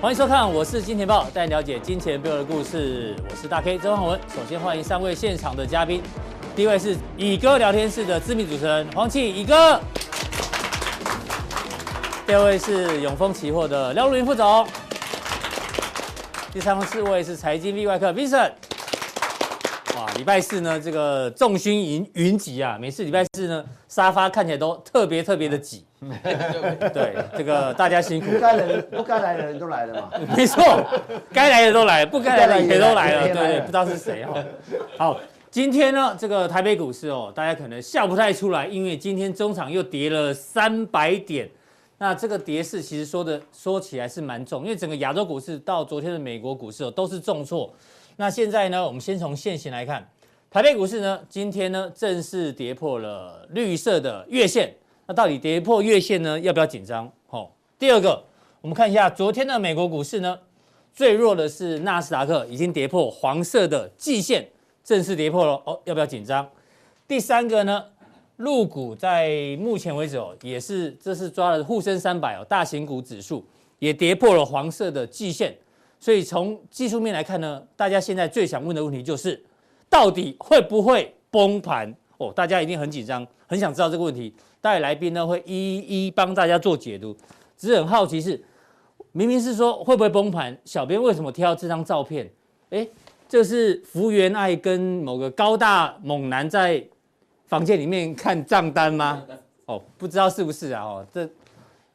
欢迎收看，我是金钱豹，带你了解金钱背后的故事。我是大 K 周汉文。首先欢迎三位现场的嘉宾，第一位是以哥聊天室的知名主持人黄启以哥，第二位是永丰期货的廖如云副总，第三位是财经 V 外客 Vincent。哇，礼拜四呢，这个众星云云集啊，每次礼拜四呢，沙发看起来都特别特别的挤。对，这个大家辛苦不。该来的不该来的人都来了嘛。 没错，该来的都来，不该来的也都来了，对该来的也来对，了不知道是谁哦。好，今天呢，这个台北股市哦，大家可能笑不太出来，因为今天中场又跌了三百点。那这个跌势其实说的说起来是蛮重，因为整个亚洲股市到昨天的美国股市哦都是重挫。那现在呢，我们先从现形来看，台北股市呢，今天呢正式跌破了绿色的月线。那到底跌破月线呢，要不要紧张？哦，第二个，我们看一下昨天的美国股市呢，最弱的是纳斯达克，已经跌破黄色的季线，正式跌破了哦，要不要紧张？第三个呢，陆股在目前为止哦，也是这是抓了沪深三百哦，大型股指数也跌破了黄色的季线，所以从技术面来看呢，大家现在最想问的问题就是，到底会不会崩盘？哦，大家一定很紧张，很想知道这个问题。待会来宾呢会一一帮大家做解读。只是很好奇是，明明是说会不会崩盘，小编为什么挑这张照片？哎，这是福原爱跟某个高大猛男在房间里面看账单吗？哦，不知道是不是啊？哦，这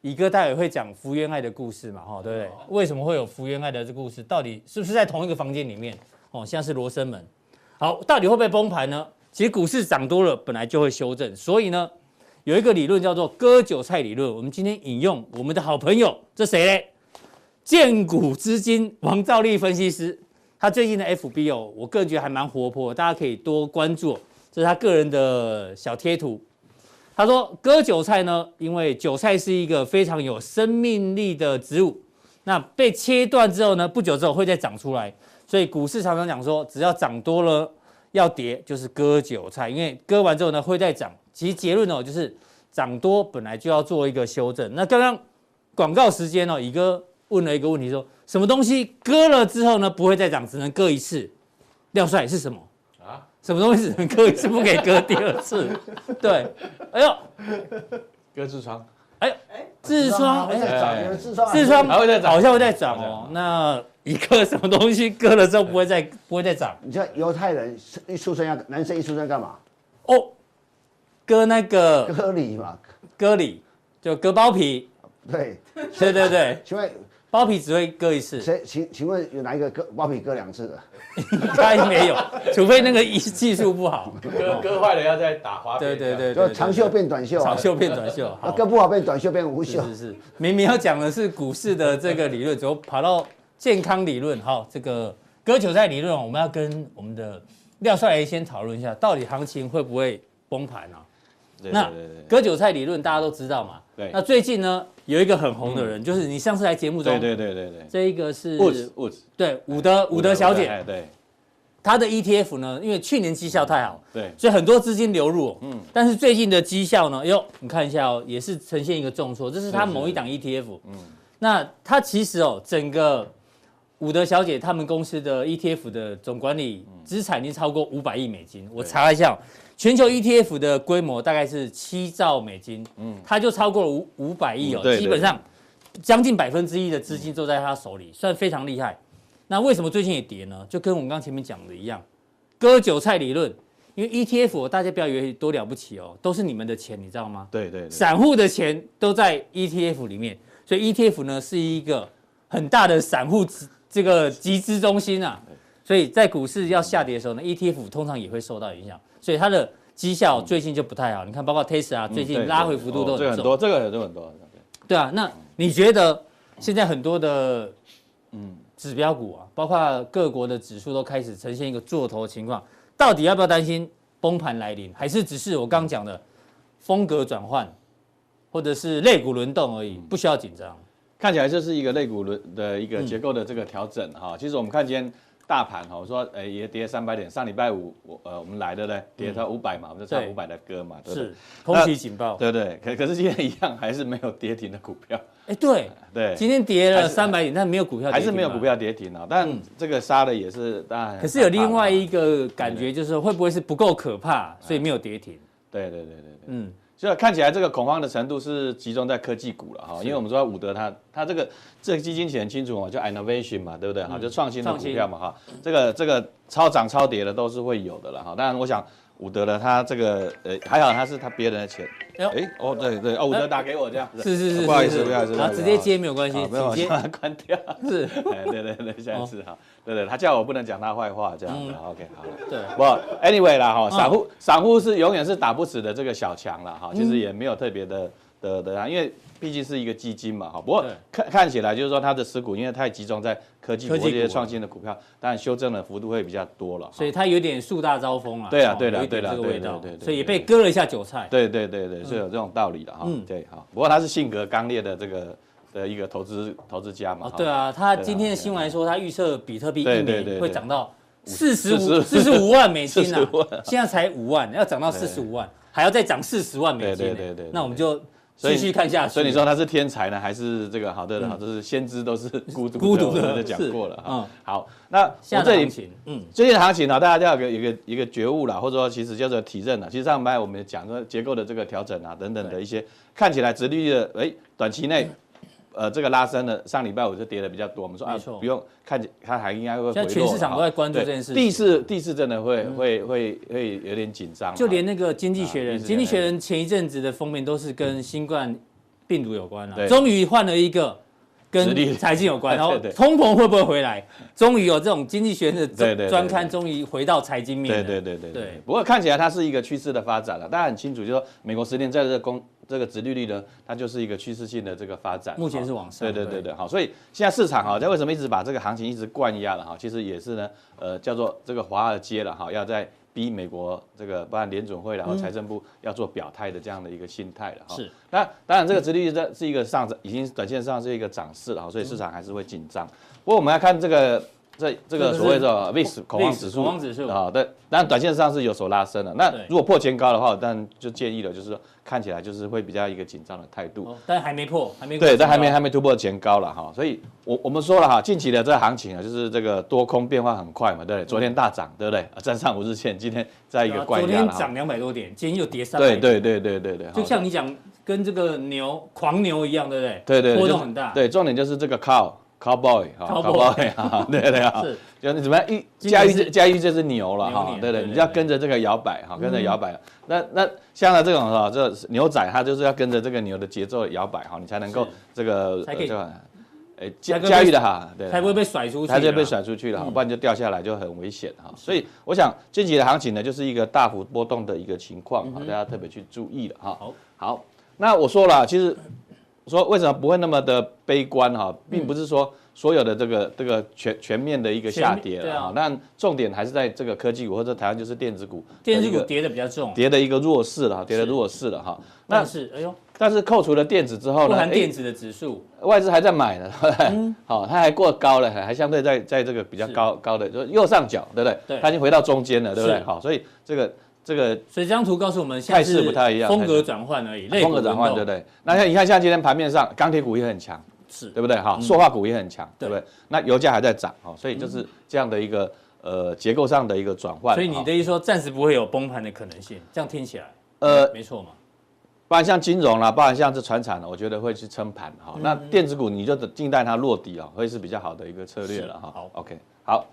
乙哥待会会讲福原爱的故事嘛？哈、哦，对不对？为什么会有福原爱的这故事？到底是不是在同一个房间里面？哦，像是罗生门。好，到底会不会崩盘呢？其实股市涨多了本来就会修正，所以呢，有一个理论叫做割韭菜理论。我们今天引用我们的好朋友，这谁嘞？建股资金王兆力分析师，他最近的 FB 哦，我个人觉得还蛮活泼，大家可以多关注哦。这是他个人的小贴图。他说割韭菜呢，因为韭菜是一个非常有生命力的植物，那被切断之后呢，不久之后会再长出来。所以股市常常讲说，只要涨多了要跌，就是割韭菜，因为割完之后呢会再涨。其实结论哦，就是涨多本来就要做一个修正。那刚刚广告时间哦，乙哥问了一个问题说，什么东西割了之后呢不会再涨，只能割一次？廖帅是什么？啊，什么东西只能割一次，不可以割第二次？ 对，哎呦，割痔疮，痔疮，还会哎再涨，有人痔疮还会痔疮还会再涨好像会再涨哦。那一个什么东西割了之后不会再不会再涨你知道犹太人一出生要男生一出生干嘛？哦？割那个割礼嘛，割礼，就割包皮，对。对对对，请问包皮只会割一 次，谁？请请问有哪一个割包皮割两次的？应该没有，除非那个医技术不好。割割坏了要再打花对对边。对，对就对长袖变短袖啊，长袖变短袖，啊 好，割不好变短袖变无是袖。是是，明明要讲的是股市的这个理论，怎么跑到健康理论？好，这个割韭菜理论，我们要跟我们的廖帅来先讨论一下，到底行情会不会崩盘啊？对，那对对对对割韭菜理论大家都知道嘛。对那最近呢，有一个很红的人，就是你上次来节目中，对对对对对这一个是，Woods Woods 对伍德伍德小姐，哎对她的 ETF 呢，因为去年绩效太好，对所以很多资金流入、嗯，但是最近的绩效呢，哟，你看一下哦，也是呈现一个重挫，这是它是某一档 ETF。嗯，那它其实哦，整个伍德小姐他们公司的 ETF 的总管理嗯资产已经超过五百亿美金，我查了一下哦、全球 ETF 的规模大概是七兆美金，嗯，它就超过了五五百亿哦，嗯对基本上将近百分之一的资金都在他手里，算非常厉害。那为什么最近也跌呢？就跟我们刚前面讲的一样，割韭菜理论。因为 ETF 哦大家不要以为多了不起哦，都是你们的钱，你知道吗？对对对，散户的钱都在 ETF 里面，所以 ETF 呢是一个很大的散户集这个集资中心啊。所以在股市要下跌的时候呢，ETF 通常也会受到影响，所以它的绩效最近就不太好。你看，包括 Tesla 嗯最近拉回幅度都哦这个很很重，多，这个都很多。对啊，那你觉得现在很多的嗯指标股啊，包括各国的指数都开始呈现一个做头情况，到底要不要担心崩盘来临，还是只是我刚讲的风格转换，或者是肋骨轮动而嗯已，不需要紧张。嗯看起来这是一个肋骨轮的一个结构的这个调整哈。其实我们看今天大盘哈，我说哎也跌三百点，上礼拜五我呃我们来的呢跌到五百嘛，我们就唱嗯对五百的歌嘛，对不对是？空袭警报。对对，可可是今天一样还是没有跌停的股票，哎，对，对，今天跌了还是三百点，但没有股票跌还停是没有嘛股。票跌停啊。但这个杀的也是当然嗯很害怕嘛，啊可是有另外一个感哎觉，就是会不会是不够可怕，所以没有跌停？对对对对对，嗯，所以啊看起来这个恐慌的程度是集中在科技股了哈，因为我们说伍德他他这个这个基金写很清楚哦，叫 innovation 嘛，对不对？哈、就嗯创新的股票嘛哈，这个这个超涨超跌的都是会有的了哈。当然，我想伍德呢，他这个呃还好他是他别人的钱，哎呦哎、哦对对哦，伍德打给我这样子，是是是，不好意是思不好意思，然后直接接没有关系好，没有直把接它关掉。 是，哎，对对对，下一次哈，对对，他叫我不能讲他坏话这样子，OK，好。对，不，anyway 啦嗯哈，散户散户是永远是打不死的这个小强啦哈，其实也没有特别的的的啊，因为毕竟是一个基金嘛哈。不过对看看起来就是说它的持股因为太集中在科技股科技股这些创新的股票，当然修正的幅度会比较多了哈。所以它有点树大招风了。对啊哦对啦有一点对啦这个对味道对对对，对所以也被割了一下韭菜。对对对对，是有这种道理的哈。嗯对哈，不过他是性格刚烈的这个的一个投资投资家嘛哦，哈。对啊，他对啊今天的新闻还说，他预测比特币一对对对年对会涨到四十五45四十五万美金啊45万， 现在才五万，要涨到四十五万，还要再涨四十万美金呢。对对对对对那我们就所以继续看下去。所以你说他是天才呢，还是这个好的好，就是先知都是孤嗯独孤独的我们就讲过了是嗯哈。好，那下我的这里行情，嗯，最近的行情呢，大家要有个有个一个觉悟啦，或者说其实叫做体认啦。啊其实上半我们讲说结构的这个调整啊，等等的一些看起来殖利率的，哎，短期嗯内。呃，这个拉升了，上礼拜五就跌的比较多。我们说啊没错，不用看，它还应该会回落现在全市场了都在关注对这件事嗯地市地市真的会会会会有点紧张啊，就连那个《经济学人》，啊经济学人》前一阵子的封面都是跟新冠病毒有关了、对终于换了一个实力跟财经有 关，然后对对通膨会不会回来？终于有这种《经济学人》的对对对专专刊，终于回到财经面对了。对对对对对。不过看起来它是一个趋势的发展了，大家很清楚，就是说美国十年债的这个公这个殖利率呢，它就是一个趋势性的这个发展，目前是哈往上对对对对对，好，所以现在市场哈，在为什么一直把这个行情一直灌压了哈？其实也是呢，呃，叫做这个华尔街了哈，要在。逼美国这个，不然联准会然后财政部要做表态的这样的一个心态了哈。嗯是，那当然这嗯个殖利率这是一个上涨，已经短线上是一个涨势了哈，所以市场还是会紧张。不过我们来看这个这这这个个是所谓的 VIX 恐慌 VIX 指数，恐慌指数啊，好的，当然短线上是有所拉升的。那对如果破前高的话，当然就建议了，就是说看起来就是会比较一个紧张的态度。哦但还没破，还没啊对，但还没破还没突破前高了哈，所以我我们说了哈，近期的这个行情啊，就是这个多空变化很快嘛，对不对？昨天大涨，对不对？啊站上五日线，今天在一对个啊怪昨压天了哈涨。两百多点，今天又跌三百对点，对对对对对，就好像你讲跟这个牛狂牛一样，对不对？对对对波动就是很大。对，重点就是这个 cow cowboy 哈 Cowboy cowboy 哈，对对啊是，就你怎么样一今驾年驭是这驾驭这只牛了牛哈，年对对对，对你就要对嗯跟着这个摇摆哈，跟着摇摆。那那像他这种哈，这牛仔他就是要跟着这个牛的节奏摇摆哈，你才能够是这个才可以呃这个呃才驾可以驾驭的哈，对，才不会被甩出去啦，啊它就被甩出去嗯了，不然就掉下来就很危险哈。所以我想近期的行情呢，就是一个大幅波动的一个情况嗯哈，大家特别去注意了哈好。好，那我说了，其实说为什么不会那么的悲观哈，并不是说所有的这个这个全全面的一个下嗯跌全面对了啊哈，但重点还是在这个科技股或者台湾就是电子股的一电个，子股跌的比较重，跌的一个弱势了哈，跌的弱势了哈。那但是哎呦，但是扣除了电子之后不呢，含哎电子的嗯指数，外资还在买呢，对不对 好、它还过高了，还还相对在在这个比较高高的，就是右上角，对不对？对它已经回到中间了，对不对是？好、所以这个这个所以这张图告诉我们，态势现在是不太一样风格转换而已，类风股格转换，轮动对不对？那像你看，像今天盘面上，钢铁股也很强，是嗯对不对？哈、塑化股也很强，对嗯对不对？那油价还在涨，好、所以就是这样的一个呃结构上的一个转换。所以你哈的意思说，暂时不会有崩盘的可能性，这样听起来，呃没错嘛，包含像金融啦，包含像这船产啦，我觉得会去撑盘哈。嗯那电子股你就静待它落底哦，会是比较好的一个策略了哈是。好，OK，好。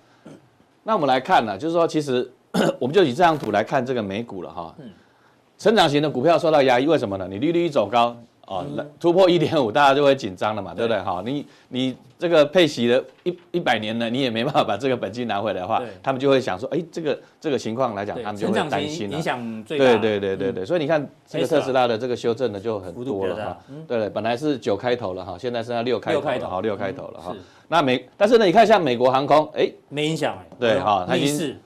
那我们来看呢，就是说，其实我们就以这张图来看这个美股了哈。嗯成长型的股票受到压抑，为什么呢？你利率一走高哦，来嗯突破一点五，大家就会紧张了嘛，对不对？哈，你你这个配息的一一百年呢，你也没办法把这个本金拿回来的话对，他们就会想说，哎，这个这个情况来讲，对他，们就成会长担型心了影。响最大，对对对对对，所以你看这个 Tesla 特斯拉的这个修正呢就很幅度多比了较大嗯哈，对对，本来是九开头了哈，现在剩下六开六头开了头嗯哈，六开头了哈是。那美，但是呢，你看像美国航空，哎，没影响哎，对哈它已逆经势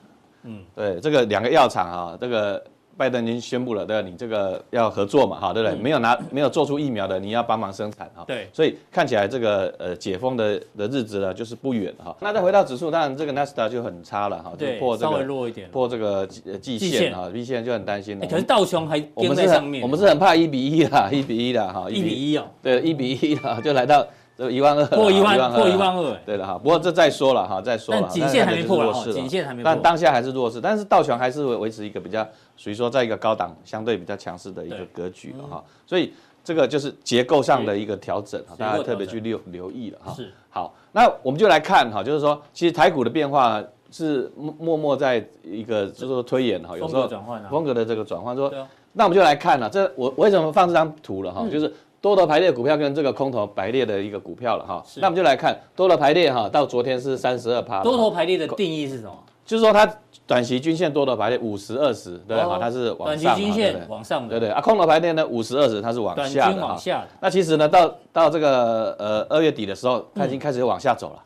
对这个两个药厂啊，这个。拜登已经宣布了，对吧？你这个要合作嘛，哈，对不对？没有拿没有做出疫苗的，你要帮忙生产哈。嗯对所以看起来这个呃解封的的日子呢，就是不远哈。那再回到指数，当然这个纳斯达就很差了哈，就对，破这稍微个弱一点了。破这个季呃季季线线啊，V 线就很担心了哎。可是道琼还我跟们是在上很面，我们是很怕一比一啦，一比一啦哈，一比一哦，对一比一啦，就来到一万二，啊破一万12,200破一万二，哎对了哈，不过这再说了哈，再说了哈，但颈线那还没破那啦就是弱势哦颈线还没破但当下还是弱势，但是道琼还是维维持一个比较属于说在一个高档相对比较强势的一个对嗯格局了哈，所以这个就是结构上的一个调整哈，结构大家特别调去整留留意了哈。是好，那我们就来看哈，就是说其实台股的变化是默默默在一个就是说推演哈，有风时格候转换啊。风格的这个转换说对啊，嗯那我们就来看了，这我我为什么放这张图了哈，就是多头排列股票跟这个空头排列的一个股票了哈。是那我们就来看多头排列哈，到昨天是三十二趴，多头排列的定义是什么？就是说它短期均线多头排列五十二十，对不对哦哈，它是往短期上嘛，均对不线对？往上对的，对啊，空头排列呢五十二十它是往短下均的往哈。下的，那其实呢，到到这个呃二月底的时候，它已经开始往下走了。对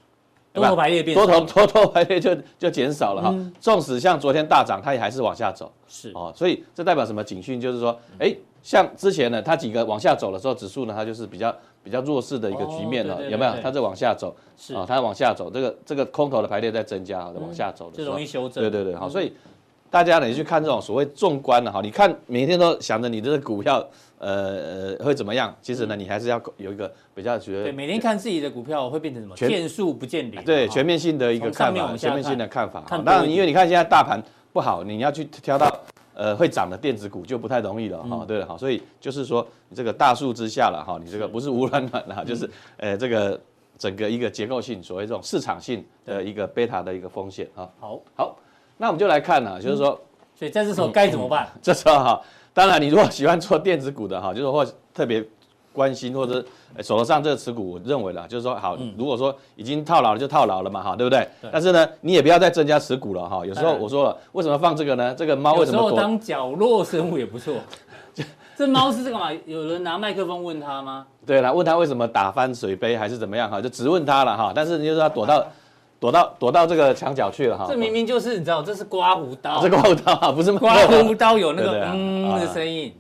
多吧头排列嗯变嗯多少头 多头排列就就减少了哈，纵使像昨天大涨，它也还是往下走。是嗯哦，所以这代表什么警讯？就是说，哎，像之前呢，它几个往下走的时候，指数呢，它就是比较比较弱势的一个局面哦了对，对有没有对？对它在往下走，是哦，它往下走，这个这个空头的排列在增加，哦在往下走的就时嗯候容易，修正。对对对，好，所以大家呢，也去看这种所谓纵观啊的哈，你看每天都想着你这个股票，呃呃会怎么样？其实呢，你还是要有一个比较觉嗯对，得每天看自己的股票会变成什么？全变数不见零。对哦全面性的一个从上看面法，往下全面性看的看法。看好多当一然，因为你看现在大盘不好，你要去挑到呃会涨的电子股就不太容易了哈、嗯对了，好，所以就是说你这个大树之下了哈，你这个不是无软软啦，嗯就是呃这个整个一个结构性，所谓这种市场性的一个贝塔的一个风险啊。好，好，那我们就来看啊，就是说所以在这嗯时候该怎么办？ 这时候哈，当然你如果喜欢做电子股的哈， 就是或特别关心或者呃手头上这个持股，我认为啦，就是说好，嗯如果说已经套牢了就套牢了嘛哈，对不对？但是呢，你也不要再增加持股了哈。有时候当然我说了，为什么放这个呢？这个猫为哎有什时么候躲？当角落生物也不错。 这猫是干嘛？有人拿麦克风问他吗？对了，问他为什么打翻水杯还是怎么样哈，就直问他了哈。但是你就是要躲到躲到躲到这个墙角去了哈。这明明就是你知道，这是刮胡刀，这个后道啊啊，不是猫 刮胡刀有那对对个啊嗯啊的声音。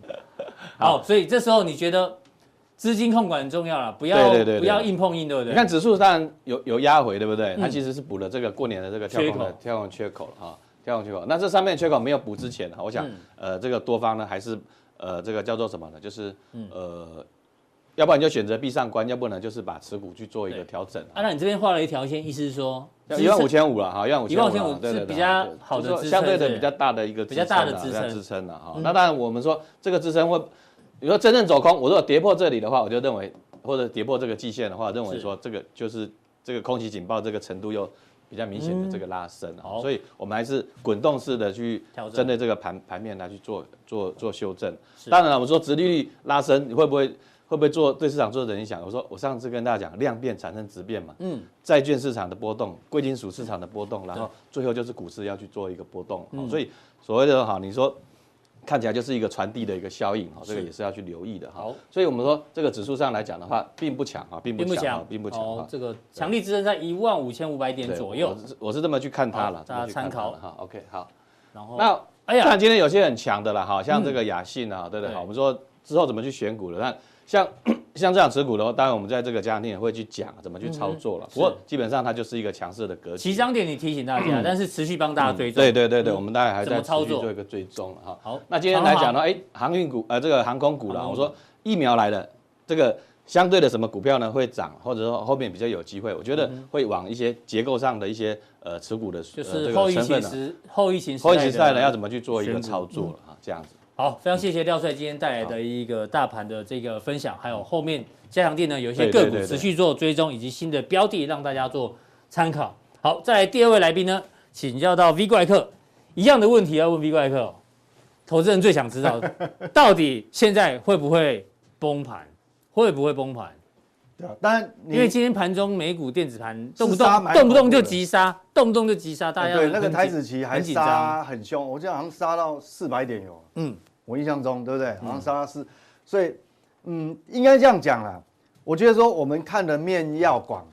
好，所以这时候你觉得资金控管很重要了，不要对对对对不要硬碰硬，对不对？嗯你看指数当然有有压回，对不对？它其实是补了这个过年的这个跳空缺的口跳空缺口了哈，跳空缺口。那这上面的缺口没有补之前啊，我想嗯呃这个多方呢还是呃这个叫做什么呢？就是嗯呃，要不然就选择闭上关，要不然就是把持股去做一个对调整啊。啊，那你这边画了一条线，意思是说一万五千五了哈，一万五千15,500对对是对比较对好的就是说支撑相对是的不是比较大的一个比较大的支撑支啊撑嗯支撑了哈。那当然我们说这个支撑会，你说真正走空，我如果跌破这里的话，我就认为或者跌破这个季线的话，认为是说这个就是这个空袭警报这个程度又比较明显的这个拉升啊嗯好，所以我们还是滚动式的去调整针对这个盘盘面来去做做做修正。是当然了，我们说殖利率拉升，你会不会会不会做对市场做的影响？我说我上次跟大家讲，量变产生质变嘛，嗯嗯，债券市场的波动、贵金属市场的波动，然后最后就是股市要去做一个波动，好嗯所以所谓的哈，你说看起来就是一个传递的一个效应哈，这个也是要去留意的哈好。所以我们说这个指数上来讲的话，并不强哈，并不并不强强哈，，并不强哦哈。这个强力支撑在一万五千五百点对左右，我是我是这么去看它了好，这么大家去看参它考了哈。OK，好，然后那哎呀嗯当然今天有些很强的了哈，像这个雅信啊，对不对对？好我们说之后怎么去选股了，但像 像这样持股的话，当然我们在这个家庭也会去讲嗯怎么去操作了。不过基本上它就是一个强势的格局起。涨点你提醒大家，但是持续帮大家追踪。嗯对对对对，嗯我们大概还怎在么持操续作做一个追踪了哈。好那今天来讲呢，哎，航运股呃这个航空股航了，空我股说疫苗来了，这个相对的什么股票呢会涨，或者说后面比较有机会，我觉得嗯会往一些结构上的一些呃持股的就呃是这后个疫成情分呢，时后疫情时代后的疫情时代呢要怎么去做一个选股操作了哈，这样子。好，非常谢谢廖帅今天带来的一个大盘的这个分享，还有后面加强店呢有一些对对个股对对持续做追踪，以及新的标的让大家做参考。好，再来第二位来宾呢，请教到 V 怪客一样的问题要问 V 怪客、哦，投资人最想知 道到底现在会不会崩盘，会不会崩盘？对啊，当然你因为今天盘中美股电子盘动不是杀动蛮动不动恐怖就的急杀，动不动就急杀，大家哦对很那个紧台子期还很紧张，杀很凶，我记得好像杀到四百点有，嗯，我印象中对不对？好像杀到四，所以嗯，应该这样讲啦。我觉得说我们看的面要广，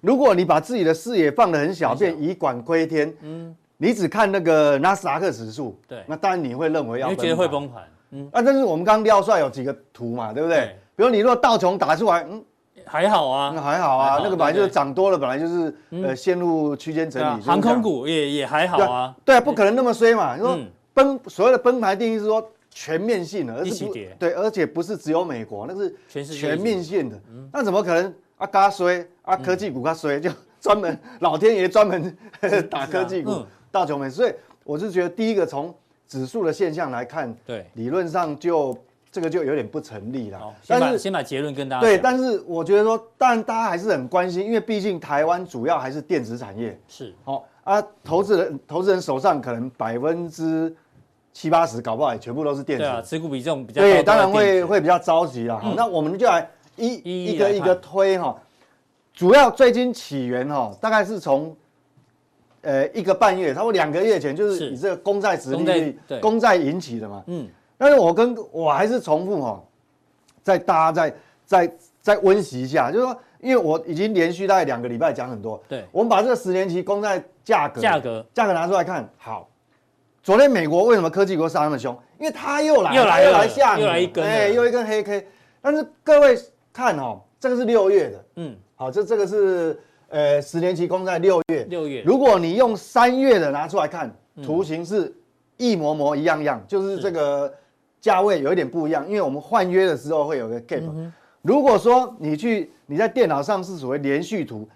如果你把自己的视野放得很嗯小，很小便以管窥天，嗯，你只看那个纳斯达克指数，对那当然你会认为你要会觉得会盘崩盘，嗯，啊，但是我们刚廖帅有几个图嘛，对不对？对比如你如果道琼打出来，嗯，还好那啊，还好还啊好，那个本来就是对对嗯涨多了，本来就是呃陷入区间整对啊理。航空股股也也还好对啊，对啊，不可能那么衰嘛。你说嗯崩所谓的崩盘定义是说全面性的，而一是起不跌对，而且不是只有美国，那是全世界全面性的。嗯那怎么可能啊？嘎衰啊，科技股嘎衰，就专门老天爷专门 打科技股嗯，大穷美。所以我是觉得第一个从指数的现象来看，对，理论上就这个就有点不成立了好，。先但把是先把结论跟大家对，讲但是我觉得说，当然大家还是很关心，因为毕竟台湾主要还是电子产业。是好、啊，投资人投资人手上可能百分之七八十，搞不好也全部都是电子。对啊，持股比重比较高，对，当然都会在电子嗯会比较着急啦。好那我们就来一一一一个来一个看推哈、主要最近起源哈、大概是从呃一个半月，差不多两个月前，就是是以这个公债值利率公债、对公债引起的嘛。嗯，但是我跟我还是重复哈、哦，在大家再再再温习一下，就是说，因为我已经连续大概两个礼拜讲很多，对我们把这个十年期公债价格价格价格拿出来看，好。昨天美国为什么科技股杀那么凶？因为它又来又来了又来下雨又了，来一根了哎，又一根黑 K。但是各位看哦，这个是六月的，嗯，好，这这个是呃十年期公债六月，六月嗯如果你用三月的拿出来看，图形是一模模一样样，就是这个价位有一点不一样，因为我们换约的时候会有个 gap。如嗯果说你去你在电脑上是所谓连续图，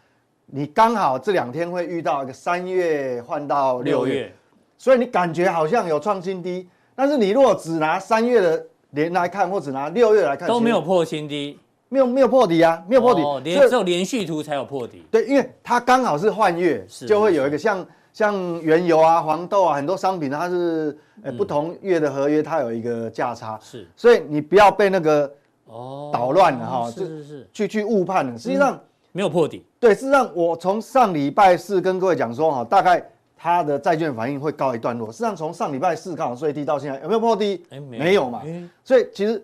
你刚好这两天会遇到一个三月换到六六月，月所以你感觉好像有创新低，但是你如果只拿三月的连来看，或只拿六月来看，都没有其实破新低，没有没有破底啊，没有破底，哦连所以只有连续图才有破底，对，因为它刚好是换月，是就会有一个像像原油啊、黄豆啊很多商品，它是呃、不同月的合约，它有一个价差，嗯是所以你不要被那个哦，捣乱了哈是是是，去去误判了。实际上，没有破底，对，事实上我从上礼拜四跟各位讲说哈，大概它的债券反应会告一段落。事实际上，从上礼拜四刚好最低到现在，有没有破低？哎没有没有嘛。哎所以其实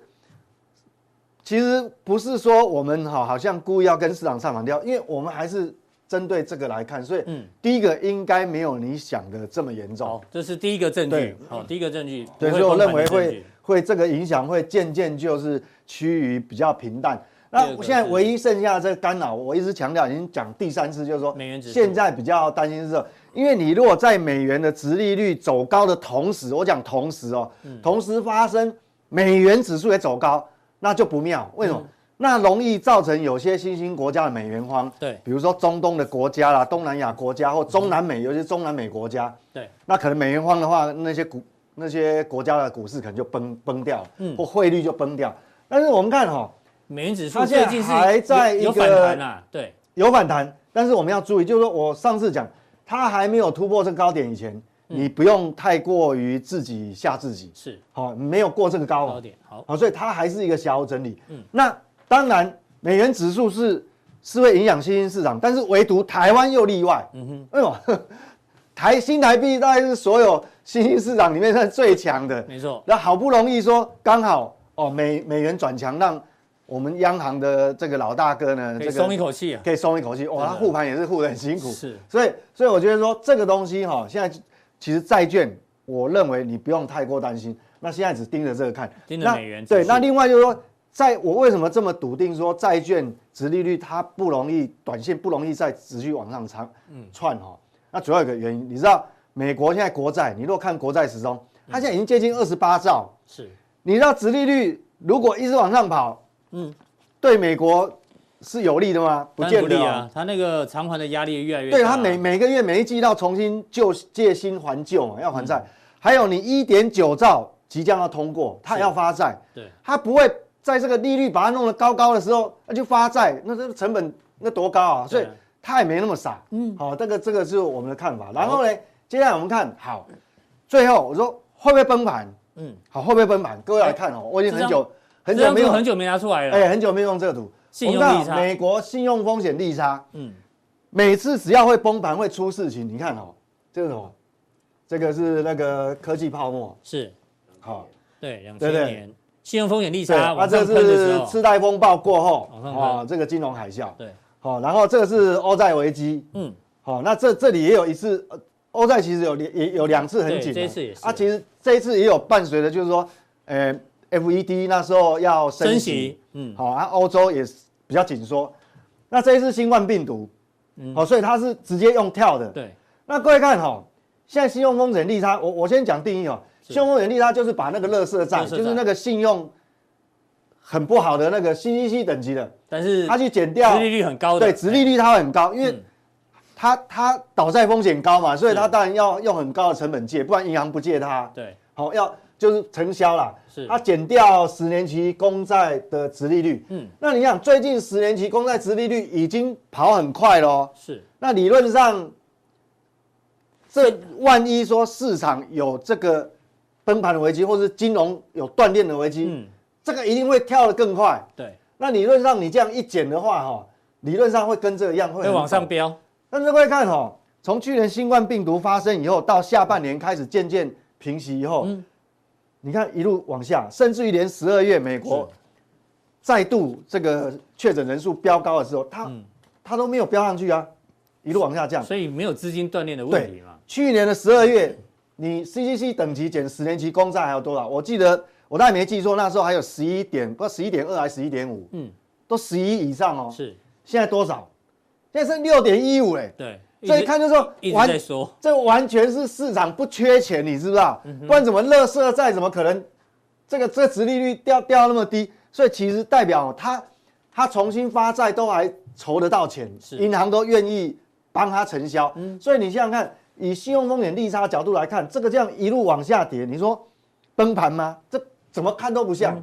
其实不是说我们哈好像故意要跟市场唱反调，因为我们还是针对这个来看，所以嗯第一个应该没有你想的这么严重好。，这是第一个证据对，好，第一个证据，对，不所以我崩认盘为的证会据会这个影响会渐渐就是趋于比较平淡。那第二个我现在是唯一剩下的这个干扰，我一直强调，已经讲第三次，就是说美元指数现在比较担心是说，因为你如果在美元的值利率走高的同时，我讲同时哦，嗯同时发生美元指数也走高，那就不妙。为什嗯么？那容易造成有些新兴国家的美元荒，对比如说中东的国家啦、东南亚国家或中南美，尤其是中南美国家，对那可能美元荒的话，那些股那些国家的股市可能就崩崩掉，嗯或汇率就崩掉。但是我们看哈、美元指数它现在最近是还在有一有个反弹啊，对，有反弹，但是我们要注意，就是说我上次讲，它还没有突破这个高点以前，嗯你不用太过于自己吓自己，是好、没有过这个高高啊，点，好，好，所以它还是一个小整理。嗯，那当然，美元指数是是会影响新兴市场，但是唯独台湾又例外。嗯哼，哎呦， 呵台新台币大概是所有新兴市场里面算最强的。没错，那好不容易说刚好哦，美美元转强，让我们央行的这个老大哥呢，可这以个松一口气啊，可以松一口气。哇，真他的护盘也是护得很辛苦。是所以所以我觉得说这个东西哈、现在其实债券，我认为你不用太过担心。那现在只盯着这个看，盯着那美元指对，数那另外就是说，在我为什么这么笃定说债券值利率它不容易短线不容易再持续往上长嗯窜哈、那主要有个原因，你知道美国现在国债，你如果看国债时钟，它现在已经接近二十八兆，嗯是你知道殖利率如果一直往上跑，嗯嗯，对美国是有利的吗？不当然见不得利哦啊，它那个偿还的压力越来越大，啊对他每每个月每一季要重新旧借新还旧嗯嘛，要还债。还有你一点九兆即将要通过，他也要发债，对他不会在这个利率把它弄得高高的时候，那就发债，那这个成本那多高啊！所对啊以他也没那么傻。嗯，好，这个这个是我们的看法。然后呢，接下来我们看好，最后我说会不会崩盘？嗯哎嗯，好，会不会崩盘？各位来看哦，我已经很久很这久张没图有很久没拿出来哎了，很久没有用这个图。信用我们看哦利差美国信用风险利差。嗯，每次只要会崩盘、会出事情，你看哦，这个是什么？这个是那个科技泡沫，是好、对两千对对年信用风险利对，差啊，往这上喷的时是候，次贷风暴过后，往上喷哦，这个金融海啸，哦对，好、然后这个是欧债危机，嗯，好、那这这里也有一次呃欧债其实有也也有两次很对紧啊，这一次也是啊，其实这一次也有伴随的，就是说，呃，FED 那时候要升升息息，，嗯，好、啊，欧洲也是比较紧缩。那这一次新冠病毒，好、所以它是直接用跳的。嗯对，那各位看哈、现在信用风险利差，我我先讲定义哦，是信用风险利差就是把那个垃圾垃债，圾就是债那个信用很不好的那个 CCC 等级的，但是它去减掉殖利率很高的，嗯对，殖利率它会很高，因为它它倒债风险高嘛，所以它是当然要用很高的成本借，不然银行不借它。哎对，好、要就是承销啦，是它减掉十年期公债的殖利率。嗯嗯，那你想最近十年期公债殖利率已经跑很快喽、是那理论上，这万一说市场有这个崩盘的危机，或是金融有断裂的危机，嗯这个一定会跳得更快。对，那理论上你这样一减的话，哈，理论上会跟这个一样会会很往上陡。飙，但是各位看哈，从去年新冠病毒发生以后，到下半年开始渐渐平息以后，嗯你看一路往下，甚至于连十二月美国再度这个确诊人数飙高的时候，它、嗯它都没有飙上去啊，一路往下降。所以没有资金断裂的问题嘛，去年的十二月，你 CCC 等级减十年期公债还有多少？我记得我大概没记错，那时候还有十一点，不十一点二还十一点五，嗯，都十一以上哦。是现在多少？现在是六点一五哎，对，所一以直看就是说一直完在说，这完全是市场不缺钱，你知不知道？嗯不然怎么乐色债怎么可能这个这个殖利率掉掉那么低？所以其实代表他他重新发债都还筹得到钱，是嗯银行都愿意帮他承销。所以你想想看，以信用风险利差角度来看，这个这样一路往下跌，你说崩盘吗？这怎么看都不像。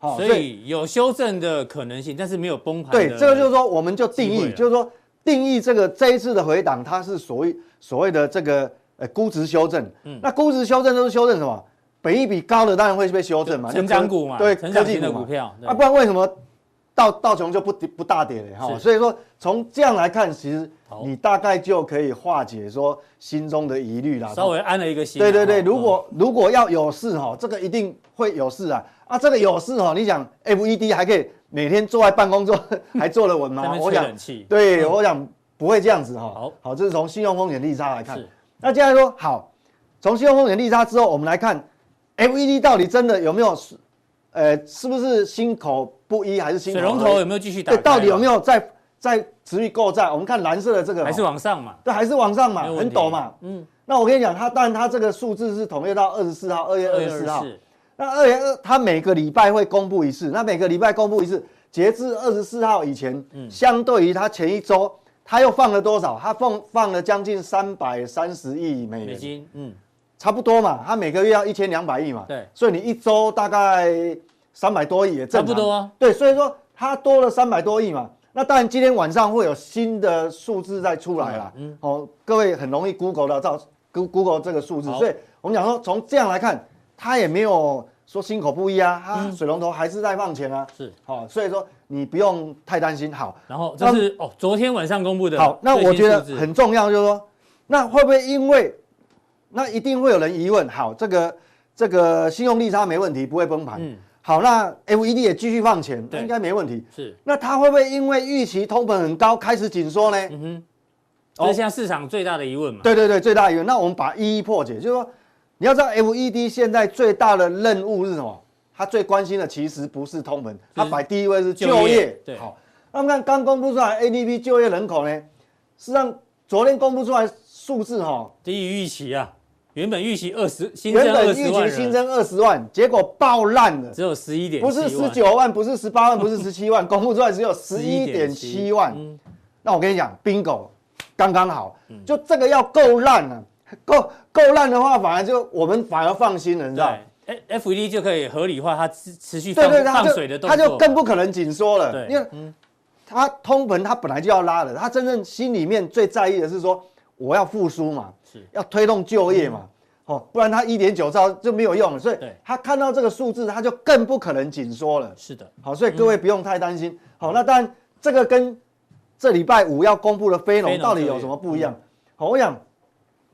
好嗯所以有修正的可能性，但是没有崩盘的。对，这个就是说，我们就定机会啊义，了就是说定义这个这一次的回档，它是所谓所谓的这个呃估值修正。嗯那估值修正都是修正什么？本益比高的当然会被修正嘛，就就成长科股嘛对，成科长技型的嘛股票对啊，不然为什么道道琼就不跌不大跌了哈？是所以说从这样来看，其实好你大概就可以化解说心中的疑虑啦。稍微安了一个心啊。对对对，哦如果如果要有事哈，这个一定会有事啊啊！这个有事哈，你想 FED 还可以每天坐在办公桌还坐得稳在那吗？边我吹想冷，气，嗯对我想不会这样子哈。好好，这是从信用风险利差来看是。那接下来说好，从信用风险利差之后，我们来看 FED 到底真的有没有，呃，是不是心口不一还是心口水龙合头一有没有继续打开？，对啊到底有没有在在持续购债？我们看蓝色的这个还是哈往上嘛？对，还是往上嘛，没有问很题陡嘛。嗯，那我跟你讲，它但它这个数字是统一到二十四号，二月二十四号。 224那二月二，它每个礼拜会公布一次，那每个礼拜公布一次，截至二十四号以前，相对于它前一周，它又放了多少？它放放了将近三百三十亿美美元，金，嗯，差不多嘛。它每个月要一千两百亿嘛，对所以你一周大概三百多亿也正常差不多啊。对，所以说它多了三百多亿嘛。那当然，今天晚上会有新的数字再出来啦。嗯，哦，各位很容易 Google 到到 Go- Google 这个数字，好所以我们讲说，从这样来看，它也没有说心口不一啊，它水龙头还是在放钱啊。嗯是。好、所以说你不用太担心。好，然后这是哦，昨天晚上公布的。好，那我觉得很重要，就是说，那会不会因为那一定会有人疑问，好，这个这个信用利差没问题，不会崩盘。嗯好，那 FED 也继续放钱，对应该没问题。是，那它会不会因为预期通膨很高开始紧缩呢？嗯这是现在市场最大的疑问嘛？哦对对对，最大的疑问。那我们把一一破解，就是说，你要知道 FED 现在最大的任务是什么？他最关心的其实不是通膨，他摆第一位是就就业。业对好，那我们看刚公布出来 ADP 就业人口呢，事实上昨天公布出来数字哈、低于预期啊，原本预期二十新增原二本十预万期新人，增二十万，结果爆烂了。只有十一点，不是十，九万，不是十八万，不是 十七万，公布出来只有十一点七万。那我跟你讲，bingo，刚刚好，嗯就这个要够烂啊，够够烂的话，反而就我们反而放心了，你知对道？哎，F E D 就可以合理化它持持续对放对，他放就水的动他作嘛，就更不可能紧缩了，对因为他通膨他本来就要拉了，他真正心里面最在意的是说我要复苏嘛，是嗯要推动就业嘛。哦，不然他一点九兆就没有用了，所以对他看到这个数字，他就更不可能紧缩了。是的，好，所以嗯各位不用太担心。好，那当然这个跟这礼拜五要公布的非非农农嗯到底有什么不一样？好，我想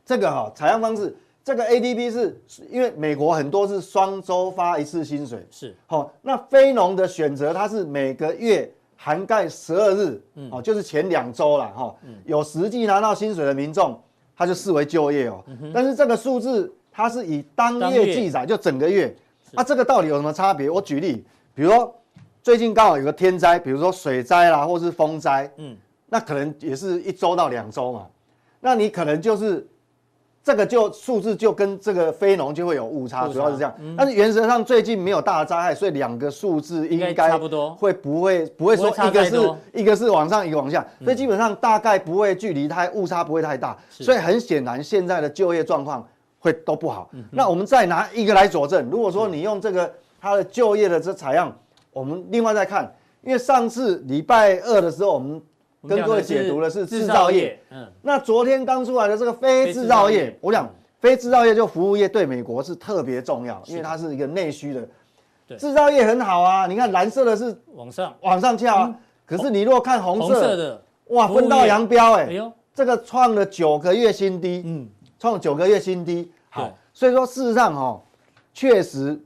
这个哈采样方式，这个 ADP 是因为美国很多是双周发一次薪水，是好，那非农的选择它是每个月涵盖十二日，哦，就是前两周啦，哈，有实际拿到薪水的民众，它就视为就业哦。但是这个数字它是以当当月月记载，就整个月。啊，这个到底有什么差别？我举例，比如说最近刚好有个天灾，比如说水灾啦，或是风灾，嗯嗯，那可能也是一周到两周嘛。那你可能就是这个就数字就跟这个非农就会有误差，误差主要是这样。但是原则上最近没有大的灾害，所以两个数字应应该该差不多会不会不会说不会差一个太是多一个是往上，一个往下，所以基本上大概不会距离太误差不会太大。所以很显然现在的就业状况会都不好。那我们再拿一个来佐证，如果说你用这个它的就业的这采样，我们另外再看，因为上次礼拜二的时候我们我们跟讲各位的解读的是制造业。，嗯，那昨天刚出来的这个非非制造制造业嗯业，我讲非制造业就服务业对美国是特别重要，因为它是一个内需的对。制造业很好啊，你看蓝色的是往上往上翘啊，可是你如果看红红色，色的，哇，服务业分道扬镳哎哎，呦，这个创了九个月新低，嗯，创了九个月新低。对好，所以说事实上哈、哦，确实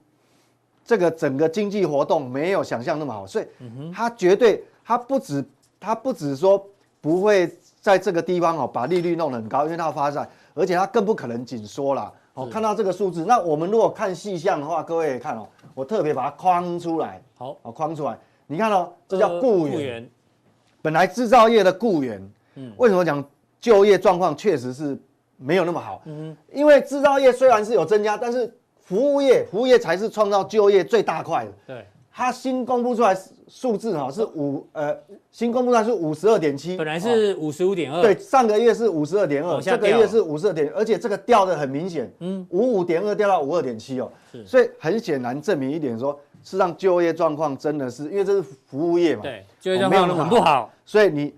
这个整个经济活动没有想象那么好，所以嗯它绝对它不止它不止说不会在这个地方哦把利率弄得很高，因为它发债，而且它更不可能紧缩啦。哦，看到这个数字，那我们如果看细项的话，各位也看哦，我特别把它框出来，好，哦，框出来，你看哦，这叫呃雇员。，本来制造业的雇员，嗯为什么讲就业状况确实是没有那么好？嗯因为制造业虽然是有增加，但是服务业，服务业才是创造就业最大块的。对，它新公布出来数字哈是五呃，新公布出来是五十二点七，哦本来哦是五十五点二，对，上个月是五十二点二，往这下个掉月是五十二点，而且这个掉的很明显，嗯，五五点二掉到五二点七哦，所以很显然证明一点说，事实上就业状况真的是，因为这是服务业嘛，对，就业哦状没有况那么很不好，所以你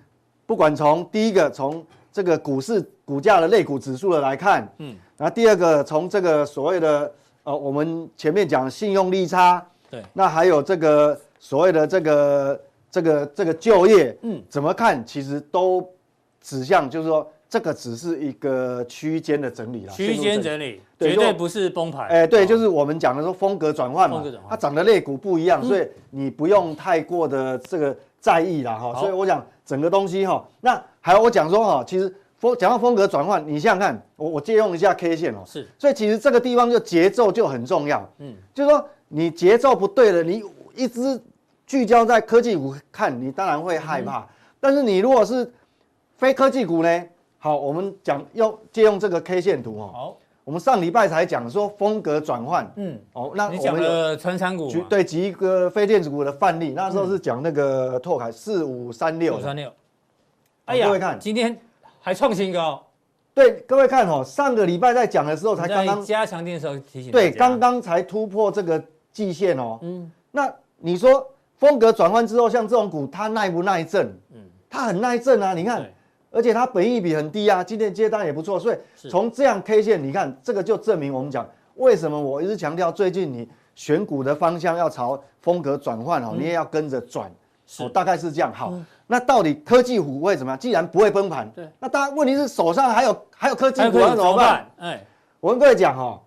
不管从第一个从这个股市股价的类股指数的来看，嗯，然后第二个从这个所谓的呃我们前面讲信用利差，对那还有这个所谓的这个这个这个就业，嗯，怎么看其实都指向就是说这个只是一个区间的整理啦，区陷入间整理，对绝就对不是崩盘，哎，对，就是我们讲的说风格转换哦嘛风格转，换嗯它涨的类股不一样，所以你不用太过的这个在意啦哈。好所以我讲整个东西哈，那还有我讲说哈，其实风讲到风格转换，你想想看，我我借用一下 K 线哦，是，所以其实这个地方就节奏就很重要，嗯，就是说你节奏不对了，你一直聚焦在科技股看，你当然会害嗯怕，但是你如果是非科技股呢，好，我们讲用借用这个 K 线图哦。好，我们上礼拜才讲说风格转换，嗯，哦，那你我讲们有了成长股举嘛，对举一个非电子股的范例，那时候是讲那个拓凯四五三六五，三六，好哎哦各位看呀，今天还创新高，对，各位看哦，上个礼拜在讲的时候才才刚刚刚刚加强店的时候提醒大家，对，刚刚才突破这个季线哦。嗯，那你说风格转换之后，像这种股，它耐不耐震？嗯，它很耐震啊。你看对，而且它本益比很低啊，今天接单也不错，所以从这样 K 线，你看这个就证明我们讲为什么我一直强调最近你选股的方向要朝风格转换嗯哦，你也要跟着转。哦，大概是这样。好，那到底科技股会怎么样？既然不会崩盘，对，那大家问题是手上还有还有科技还有股可以要怎怎么么办？办？哎，我跟各位讲哦，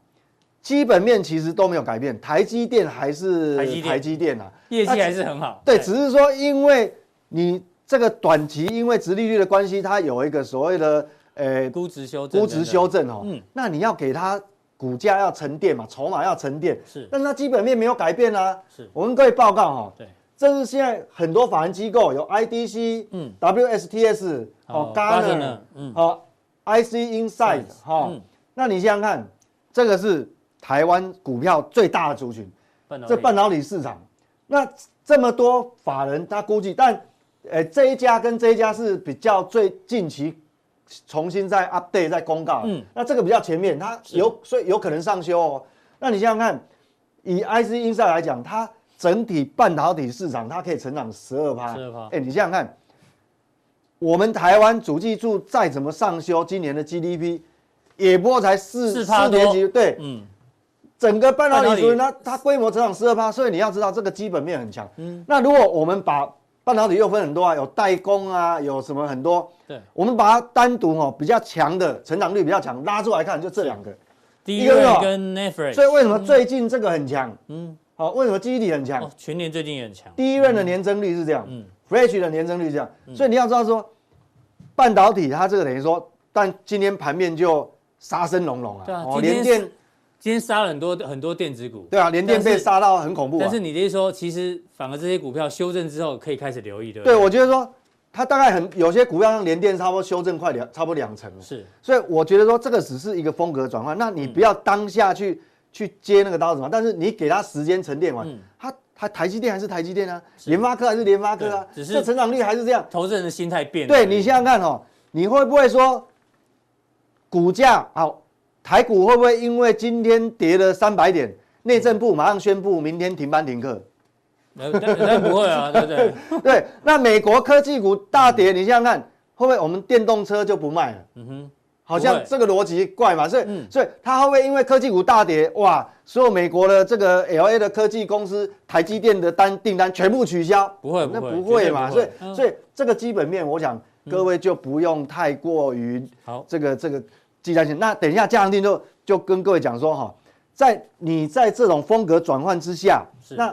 基本面其实都没有改变，台积电还是台积电台积电啊，业绩那还是很好，对，哎只是说因为你这个短期因为殖利率的关系，它有一个所谓的呃估值修正，估值修，正哦，嗯那你要给它股价要沉淀嘛，筹码要沉淀，是但是它基本面没有改变啊，是我跟各位报告哦，对，这是现在很多法人机构有 IDC、嗯、WSTS、哦、哦 Gartner Gartner、嗯哦、IC Insight 哈、哦那你想想看，这个是台湾股票最大的族群，半导体这半导体市场，那这么多法人，他估计，但，呃，这一家跟这一家是比较最近期重新在 update 在公告，嗯嗯，那这个比较前面，它有所以有可能上修哦。那你想想看，以 IC Inside 来讲，它整体半导体市场它可以成长十二趴， 12%哎，你想想看，我们台湾主计处再怎么上修，今年的 GDP 也不过才四4%多年级，对，嗯，整个半导体族群，半它它规模成长十二趴，所以你要知道这个基本面很强。嗯那如果我们把半导体又分很多啊，有代工啊，有什么很多，对，我们把它单独哦比较强的成长率比较强拉出来看，就这两个。第一一个是位吧跟 Netflix，所以为什么最近这个很强？嗯，好，为什么记忆体很强哦？，全年最近也很强，第一任的年增率是这样，嗯，Flash 的年增率是这样，所以你要知道说，半导体它这个等于说但今天盘面就杀声隆隆啊，对啊哦，今天连电今天杀了很多很多电子股，对啊，连电但被是杀到很恐怖啊但是。你的意思说，其实反而这些股票修正之后可以开始留意，对不对，对？我觉得说它大概很有些股票像连电，差不多修正快两差不多两成了。是嗯所以我觉得说这个只是一个风格转换，那你不要当下去、去接那个刀子嘛，但是你给它时间沉淀完，嗯它它台积电还是台积电啊，联发科还是联发科啊，对只是这成长率还是这样。投资人的心态变了。对你想想看哦，你会不会说股价好，台股会不会因为今天跌了三百点，内政部马上宣布明天停班停课？呃，但但不会啊，对不对？ 对，那美国科技股大跌，你想想看，会不会我们电动车就不卖了？嗯哼，好不像会这个逻辑怪嘛，所以、所以它会不会因为科技股大跌，哇，所有美国的这个 L A 的科技公司台积电的单订单全部取消？不会那不会不会嘛，绝所对以不会嗯所以这个基本面，我想各位就不用太过于好，这个这个忌惮性。那等一下，嘉良定就就跟各位讲说哈，在你在这种风格转换之下，是那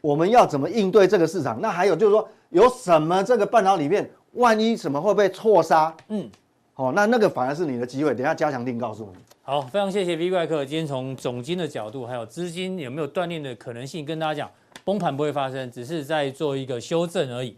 我们要怎么应对这个市场？那还有就是说，有什么这个半导体里面，万一什么会被错杀？嗯，哦，那那个反而是你的机会。等一下加强定告诉你。好，非常谢谢 V 怪客，今天从总金的角度，还有资金有没有锻炼的可能性，跟大家讲，崩盘不会发生，只是在做一个修正而已。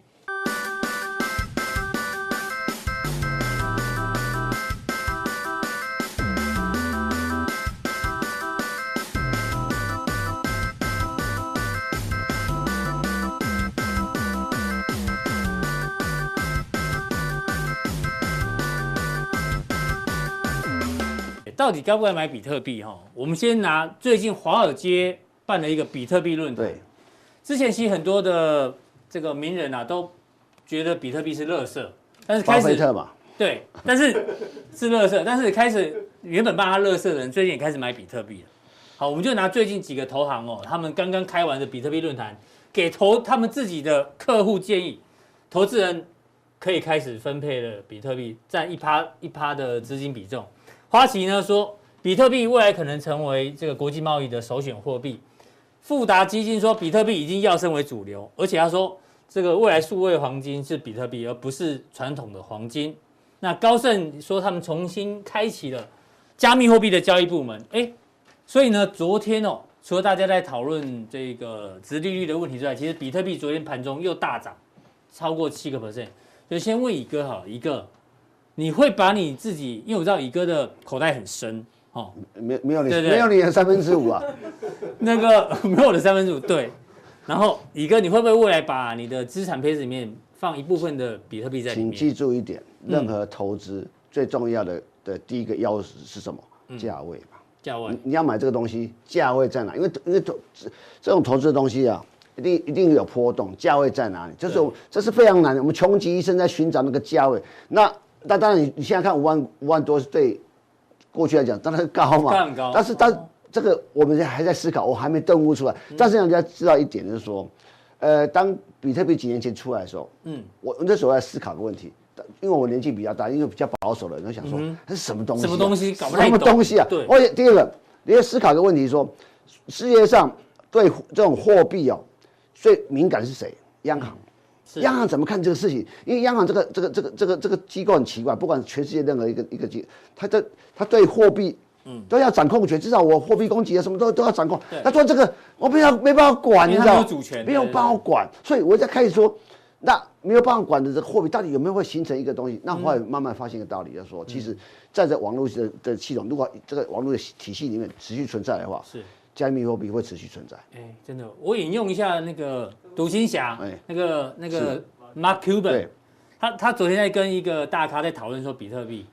到底该不该买比特币？哈，我们先拿最近华尔街办了一个比特币论坛，对，之前其实很多的这个名人啊都觉得比特币是垃圾，但是巴开菲始特嘛，对，但是是垃圾，但是开始原本骂他垃圾的人，最近也开始买比特币了。好，我们就拿最近几个投行哦，他们刚刚开完的比特币论坛，给投他们自己的客户建议，投资人可以开始分配了比特币，占一趴一趴的资金比重。花旗呢说，比特币未来可能成为这个国际贸易的首选货币。富达基金说，比特币已经要升为主流，而且他说，这个未来数位黄金是比特币，而不是传统的黄金。那高盛说他们重新开启了加密货币的交易部门，哎，所以呢，昨天哦，除了大家在讨论这个殖利率的问题之外，其实比特币昨天盘中又大涨，超过七个 percent。所以先问乙哥好了，乙哥，你会把你自己，因为我知道乙哥的口袋很深哦，没没有你对对没有你的三分之五 啊，那个 没有我的三分之五对。然后乙哥，你会不会未来把你的资产配置里面放一部分的比特币在里请面？记住一点，嗯任何投资最重要的的第一个要素是什么？嗯价位嘛。价位你你要买这个东西，价位在哪？因为因为投这这种投资的东西啊，一定一定有波动，价位在哪里？这是我这是非常难的，我们穷极一生在寻找那个价位。那那当然，你你现在看五万五万多是对过去来讲当然高嘛，当然高但是但、这个我们还在思考，我还没顿悟出来。嗯但是人家知道一点就是说，呃，当比特币几年前出来的时候，嗯，我我那时候在思考个问题。因为我年纪比较大，因为比较保守的人，我想说，嗯这是什么东西啊、什么东西搞不太什么懂东西啊？对而且第二个，你要思考一个问题说世界上对这种货币哦最敏感是谁？央行。是央行怎么看这个事情？因为央行这个这个这个这个这个机构很奇怪，不管全世界任何一个一个机，它这它对货币，嗯，都要掌控权，至少我货币供给啊什么都都要掌控对。他做这个，我没有没办法管，因你为知它没有道吗主权没有对对办法管，所以我在开始说，那没有办法管的这个货币到底有没有会形成一个东西？那后来慢慢发现一个道理，就是嗯说，其实在这网络的的系统，如果这个网络的体系里面持续存在的话，是。加密货币会持续存在。哎，真的，我引用一下那个独行侠，哎那个那个 Mark Cuban，对他他昨天在跟一个大咖在讨论说比特币，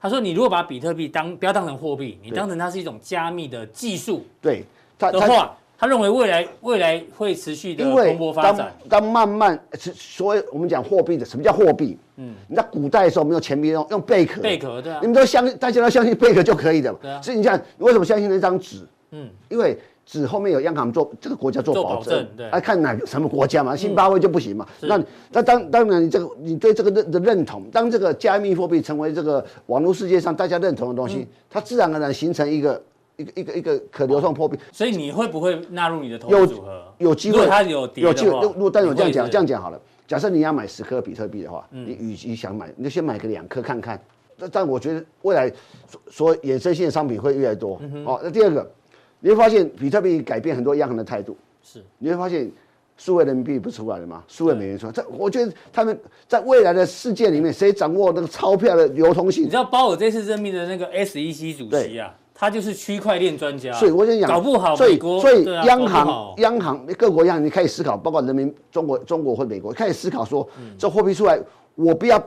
他说你如果把比特币当不要当成货币，你对当成它是一种加密的技术对，它的它话，他认为未来未来会持续的因为蓬勃发当展，当慢慢，是所以我们讲货币的，什么叫货币？嗯，你在古代的时候没有钱币用用贝壳，贝壳对啊你们都相信，大家都相信贝壳就可以的嘛。对啊所以你看，你为什么相信那张纸？嗯嗯，因为纸后面有央行做这个国家做做保保证证，对嗯啊，看哪个什么国家嘛，津巴威就不行嘛。那你那当当然，你这个你对这个认的认同，当这个加密货币成为这个网络世界上大家认同的东西，嗯它自然而然形成一个一个一个一个可流通货币。所以你会不会纳入你的投有资组合？有机如会，果它有跌有的机话会。如果但是我这样你会讲，是嗯这样讲好了。假设你要买十颗比特币的话，你与其想买，你就先买个两颗看看。但但我觉得未来所所衍生性的商品会越来越多。嗯哦，那第二个，你会发现比特币改变很多央行的态度。是，你会发现数位人民币不出来了吗？数位美元出来，这我觉得他们在未来的世界里面，谁掌握那个钞票的流通你性知？道鲍尔这次任命的那个 SEC 主席啊，他就是区块链专家，所以我就想，搞不好所美以国所以对啊央搞不好行、央行各国央行，你开始思考，包括人民中国、中国或美国，开始思考说，嗯这货币出来，我不要，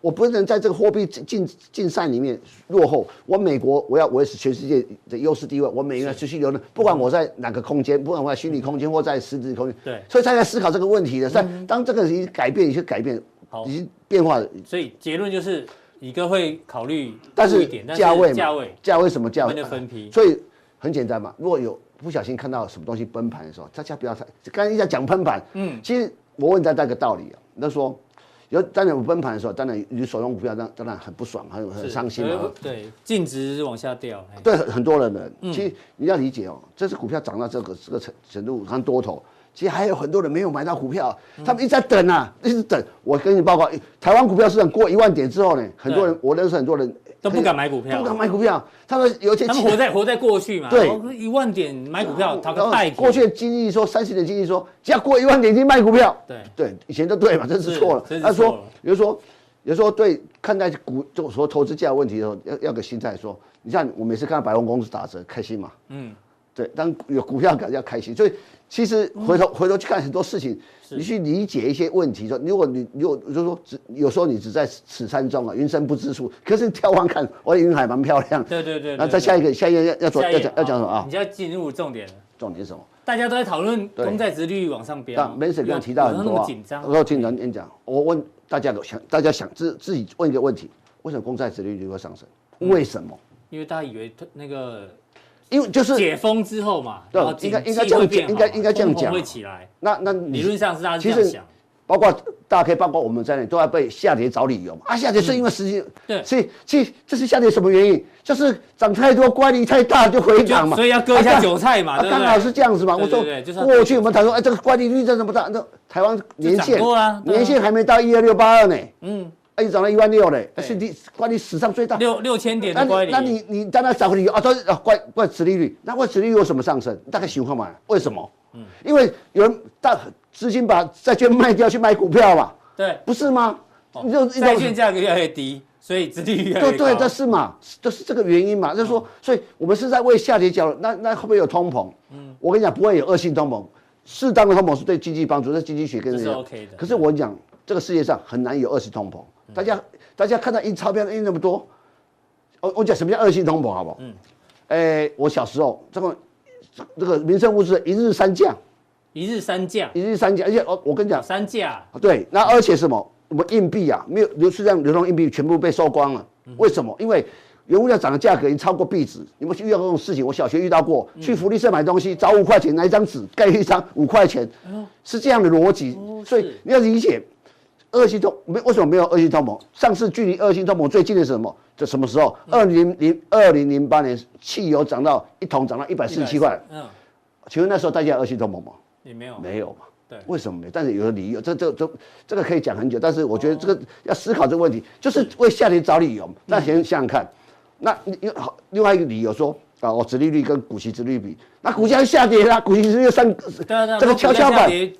我不能在这个货币竞竞竞赛里面落后。我美国，我要维持全世界的优势地位，我美元要持续流动，嗯不管我在哪个空间，不管我在虚拟空间或在实质空间，嗯对嗯所以他在思考这个问题的。但当这个已经改变，已经改变好，已经变化了。所以结论就是，乙哥会考虑但多是一点，但是价位嘛，价位，价位什么价位？我们就分批所以很简单嘛，如果有不小心看到什么东西崩盘的时候，大家不要太，刚才一直在讲崩盘，嗯，其实我问大家一个道理啊，那说有当然有崩盘的时候，当然你手中股票当当然很不爽，很很是呃伤心有嘛一。个对，净值是往下掉，哎对很很多人呢，嗯其实你要理解哦，这只股票涨到这个这个程程度，看多头，其实还有很多人没有买到股票，嗯他们一直在等啊，一直等。我跟你报告，台湾股票市场过一万点之后呢，很多人我认识很多人都不敢买股票都不敢买股票，他们有一些他们活在活在过去嘛，对哦一万点买股票，他然个后代过去的经历说，三十年经历说，只要过一万点就卖股票。对对，以前都对嘛，这是是错了真。是他错说了，比如说，有时候对看待股就说投资价的问题的时候，要要个心态说，你像我每次看到百货公司打折，开心嘛？嗯，对，当有股票感觉要开心，所以其实回头、回头去看很多事情，你去理解一些问题。说，如果你如果就是说只有时候你只在此山中啊，云深不知处，可是你眺望看，我的云海蛮漂亮。对对对对那再下一个，下一个要要做下一要页讲要讲什么好啊你？就要进入重点了，重点是什么？大家都在讨论对公债值率往上飙但嘛，门 Mason 神刚刚提到很那多么啊紧，张我，经常演讲，我问大家想，大家想自自己问一个问题：为什么公债殖利率会上升？嗯为什么？因为大家以为那个因为就是解封之后嘛，对然后景应该应该气这样会讲变好应该应该这样通膨讲会起来，那那理你论上是大家这样其实想。包括大家可以包括我们在内，都要被下跌找理由嘛啊，下跌是因为时间，嗯对所以其实这是下跌什么原因？就是涨太多，乖离太大就回档就嘛，所以要割一啊下刚韭菜嘛，啊，对不刚好对？是这样子嘛。对我对说对就是要过去我们谈说，哎，这个乖离率在这么大，那台湾年涨限多啦对啊年限还没到一二六八二呢，嗯，哎，涨到一万六呢，对是你乖离史上最大。六六千点那的乖你离，那你你当然找个理由啊，都是啊怪怪殖利率，那怪殖利率有什么上升？大概情况嘛？为什么？嗯，因为有人大资金把债券卖掉去买股票嘛，对不是吗？你就一哦债种券价格越来越低，所以殖利率越来对越对，高。这是嘛，这是这个原因嘛，就是嗯说，所以我们是在为下跌交流，那那会不会有通膨？嗯，我跟你讲，不会有恶性通膨，适当的通膨是对经济帮助，这是经济学跟这人是家 OK 的嗯可是我跟你讲，这个世界上很难有恶性通膨，大家大家看到印钞票印那么多，我我讲什么叫恶性通膨，好不好？嗯，哎，我小时候这个这个民生物资一日三降，一日三价，一日三降，而且我我跟你讲，三价哦对，那而且什么？我们硬币啊，没有流出这样流动硬币全部被收光了。为什么？因为原物料涨的价格已经超过币值。你们遇到这种事情，我小学遇到过，去福利社买东西，找五块钱拿一张纸盖一张五块钱，是这样的逻辑。所以是你要理解，恶性通没为什么没有恶性通膨？上次距离恶性通膨最近的是什么？这什么时候？二零零二零零八年，汽油涨到一桶涨到一百四十七块，，嗯，请问那时候大家有恶性通膨吗？也没有，没有嘛？哦对为什么没有？但是有个理由，这这这这个可以讲很久，但是我哦觉得这个要思考这个问题，就是为下跌找理由。嗯那先想想看，那你你好，另外一个理由说啊，我殖利率跟股息殖利率比，那股价就下跌啦，股息殖利率上，对啊对啊，这个跷跷板。跌，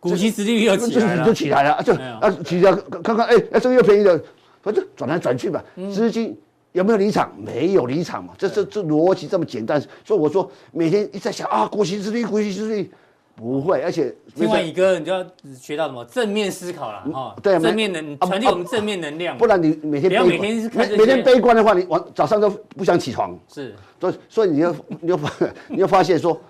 股息殖利率又就起来了就，起来了，就哎呀啊起来看看，哎，哎这个又便宜了，反正转来转去吧，嗯资金有没有离场？没有离场嘛，这这这逻辑这么简单，所以我说每天一直在想啊，股息殖利率，股息殖利率不会，而且听完乙哥，你就要学到什么正面思考了哈，嗯对没正面能啊传递啊我们正面能量，不然你每天不要悲每天是看每这每些天悲观的话，你晚早上都不想起床，是所以所以你就 你就发你就发现说，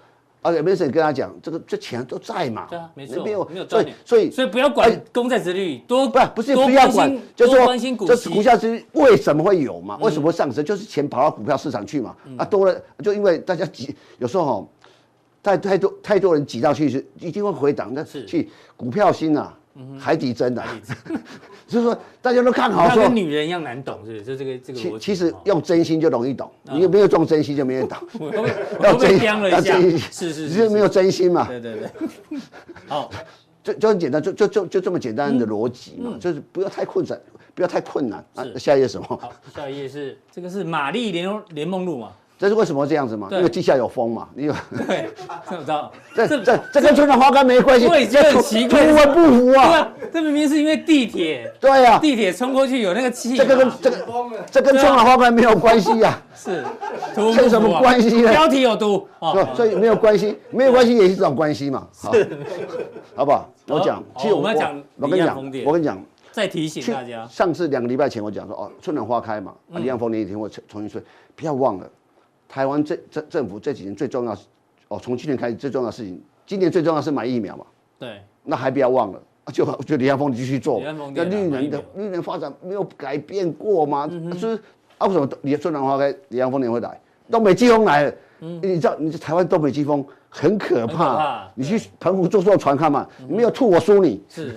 而且 Vincent 跟他讲，这个这钱都在嘛，对啊，没错，没没有有没有所赚以点，所以所以不要管哎公债殖利率，多不不是多不要关心管，就是多说关心股嗯这息，股价是为什么会有嘛？为什么会上升？就是钱跑到股票市场去嘛。嗯啊，多了就因为大家挤，有时候哦，太太多太多人挤到去是一定会回档，那是嗯去股票心啊，海底针啊， 就是说大家都看好它说跟。女人一样难懂，是不是？就这个这个逻其辑。啊其实哦用真心就容易懂，你没有用真心就没人懂。我都被我都被刁了一下，是是，就是没有真心嘛，对对对，好，就就很简单，就就就就这么简单的逻辑嘛，就是不要太困难，不要太困难。啊嗯是，下一页什么？好，下一页是这个是玛丽莲联盟路嘛？这是为什么这样子嘛？对因为地下有风嘛。你有。对，这我知道这这这跟春暖花开没关系，我也觉得很奇怪图文不符对啊。啊，这明明是因为地铁，对呀，地啊铁冲过去有那个气嘛，这个跟这个这跟春暖花开没有关系啊呀，是图文这不有什符么啊关系呢？标题有毒对哦。，所以没有关系，没有关系也是一种关系嘛，好，好不好？我讲好，其实我们要讲我跟你离岸讲风电，我跟你讲，再提醒去大家，嗯上次两个礼拜前我讲说，哦，春暖花开嘛，啊离岸风电也听我重重新说，不要忘了，台湾这这政府这几年最重要，哦，从去年开始最重要的事情，今年最重要是买疫苗嘛，对，那还不要忘了。啊就就离岸风电继续做离岸风嘛，电那啊绿买疫嗯能的绿能发展没有改变过吗？就是啊，为什么离春暖花开，离岸风电会来？东北季风来了，你知道，你这台湾东北季风很可嗯很可怕，怕嗯你去澎湖坐坐船看嘛，你没有吐我输你，是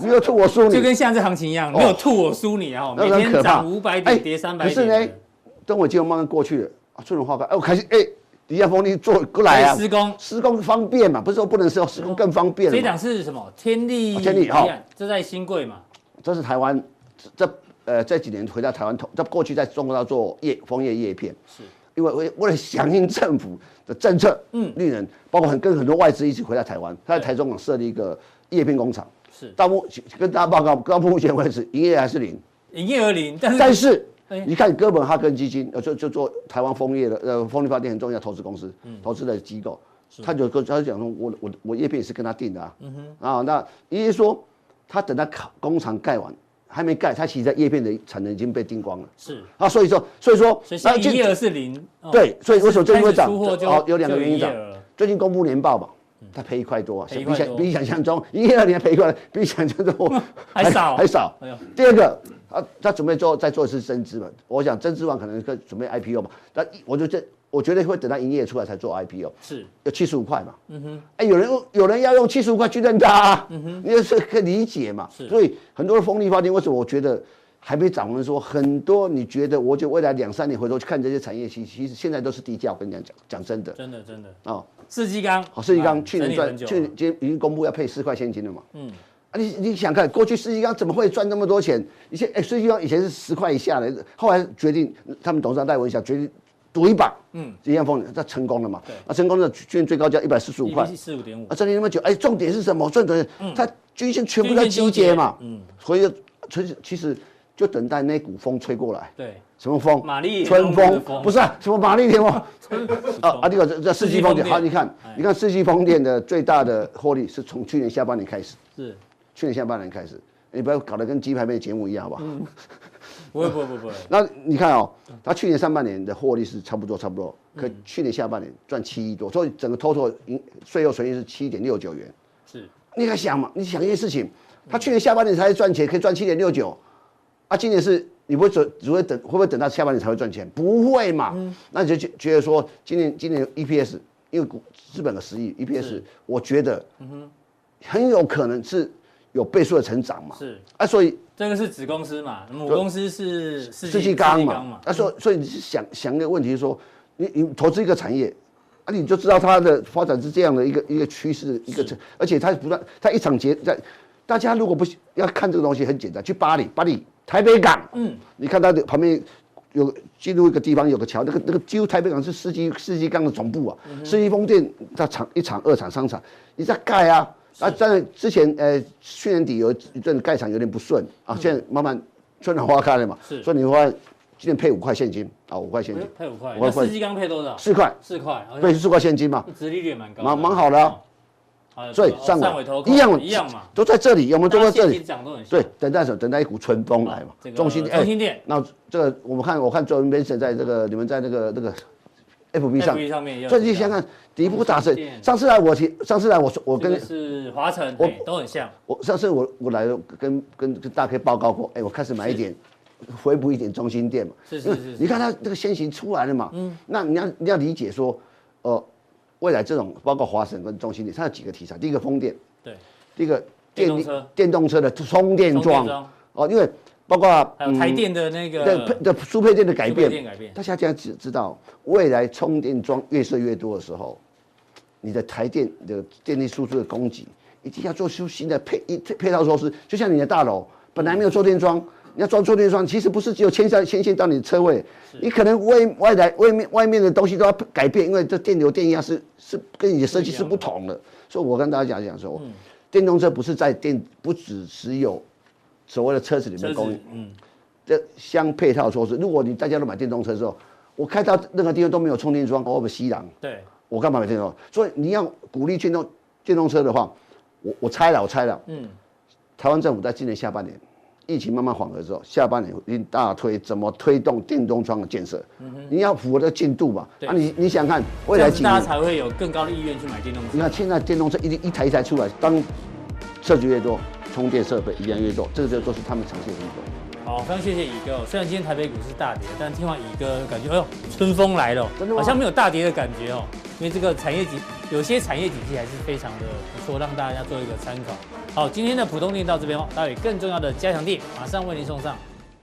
没有吐我输你，就跟现在这行情一样，没有吐我输你啊，那每个哦很天可怕。涨五百哎点，跌三百可点是的，呢，等我金融慢慢过去了，啊，春暖花开，哎，我开始哎，离岸风力做过来啊哎，施工。施工方便嘛，不是说不能施工，施工更方便这一了嘛。档是什么？天地哦天地一好案这在新贵嘛？这是台湾这这呃这几年回到台湾投，这过去在中国要做叶枫叶叶片，是因为为为了响应政府的政策，嗯，绿人包括很跟很多外资一起回到台湾，他在台中港啊设立一个叶片工厂。是，到目跟大家报告，到目前为止营业额还是零，营业额零， 但是但是哎你看哥本哈根基金，呃，就就做台湾枫叶的呃风力发电很重要的投资公司，嗯投资的机构，他就跟他就讲说，我我我叶片也是跟他定的啊，嗯啊，那也就是说，他等他考工厂盖完还没盖，他其实在叶片的产能已经被定光了是，啊，所以说所以说所以现在就营业额是零。哦对，所以为什么最近会开涨始出货？就哦，有两个原因涨就有营业额了。最近公布年报嘛，它赔一块多啊，赔一比块想多比想象中一二年赔一块， 比想象中 还少还少哎呦。第二个，啊，他准备做再做一次增资嘛，我想增资完可能会准备 IPO 嘛，但一我就这我觉得会等到营业出来才做 IPO。是有七十五块嘛，嗯哼，哎，有人用有人要用七十五块去认它、啊，嗯哼，你也是可以理解嘛，是所以很多的风力发电，为什么我觉得还没掌握的说很多？你觉得，我觉得未来两三年回头去看这些产业，其其实现在都是低价。我跟你讲讲讲真的真的真的。哦，世纪刚，好，世纪啊刚去整年理赚，很久去了年今已经公布要配四块现金了嘛，嗯，啊，你你想看过去世纪刚怎么会赚那么多钱？以前哎，世纪刚以前是十块以下的，后来决定他们董事长戴文想决定赌一把，嗯，一样风，他成功了嘛，那成功了，去年最高价一百四十五块，，E 四五点五啊，，这里那么久，哎，重点是什么？重点，它均线全部在集结嘛，嗯，所以其实其实就等待那股风吹过来，对，什么风？玛丽莲春梦的风风不是啊，什么玛丽莲梦？啊啊，这个这这世纪风世纪风电，电哎好，你看，你看世纪风电的最大的获利是从去年下半年开始，是，去年下半年开始，你不要搞得跟鸡排妹节目一样，好不好？嗯不会不会不会不会，那你看哦，它去年上半年的获利是差不多差不多，可去年下半年赚七亿多，所以整个 total 盈税后纯益是七点六九元。是你敢想嘛？你想一件事情，他去年下半年才赚钱，可以赚七点六九，啊，今年是你不会只只会等，会不会等到下半年才会赚钱？不会嘛？那你就觉觉得说，今年今年 EPS，因为股资本的十亿 EPS，我觉得很有可能是有倍数的成长嘛。是，啊，所以这个是子公司嘛，母对公司是世世纪世刚纪嘛，啊，所以所以你是想想一个问题是说，你你投资一个产业，啊，你就知道它的发展是这样的一个一个趋势，一个成而且它不断，它一场节在，大家如果不要看这个东西很简单，去巴黎，巴黎台北港，嗯，你看它的旁边。有进入一个地方有个桥，那个那个几乎台北港是世纪世纪钢的总部啊，嗯世纪风电它厂一厂二厂三厂，你在盖啊，啊，当然之前呃去年底有一阵盖厂有点不顺啊，现在慢慢春暖花开了嘛，嗯是哎所以你会今天配五块现金啊，五块现金，配五块，五那块世纪刚配多少？四块，四块，好像对，四块现金嘛，殖利率也蛮高的，哦蛮蛮好的啊好的。所以哦上上尾头一样一样嘛，都在这里，有没有都在这里？涨都很像对，，等待什么？等待一股春风来嘛这。个中心哎中心店，那这个我们看，我看周文 Vincent 在这个你们在那个那个 FB 上 FB 上面也有最近提到想看底部打中心谁？店上次来我提，上次来我说我这跟个是华晨，我哎都很像，我上次我我来了跟跟跟大 K 报告过，哎，我开始买一点。回补一点中心店嘛，是是因为是是嗯你看它这个先行出来了嘛，嗯，那你要你要理解说，呃，未来这种包括华晨跟中心店，它有几个题材，第一个风电，对，第一个电动力车电动车的充电充电桩桩哦，因为包括还有台电的那的嗯配个的输配电的改输配变，电改变大家这样知知道，未来充电桩越设越多的时候，你的台电的电力输出的供给一定要做出新的配一配套措施，就像你的大楼本来没有坐垫桩，你要装坐垫桩，其实不是只有牵线牵线到你的车位，你可能外外来外面外面的东西都要改变，因为这电流电压是是跟你的设计是不同的。嗯所以我跟大家讲讲说，电动车不是在电不只只有所谓的车子里车面供应子，，嗯，这相配套措施。如果你大家都买电动车之后，我开到任何地方都没有充电桩，我会不会吸氧？对，我干嘛买电动？所以你要鼓励电动电动车的话，我我猜了，我猜了，嗯，台湾政府在今年下半年疫情慢慢缓和之后，下半年一定大推怎么推动电动桩的建设，你要符合这个进度嘛？嗯对啊你，你想看未这来样子几大家年？嗯才会有更高的意愿去买电动车。你看现在电动车一一台一台出来，当设计越多，充电设备一样越多，这个就都是他们长期的工作。好，非常谢谢乙哥、哦。虽然今天台北股市大跌，但听完乙哥感觉，哎呦，春风来了哦，真的吗好像没有大跌的感觉哦。因为这个产业景，有些产业景气还是非常的不错，让大家做一个参考。好，今天的浦东店到这边哦，待会更重要的加强店马上为您送上。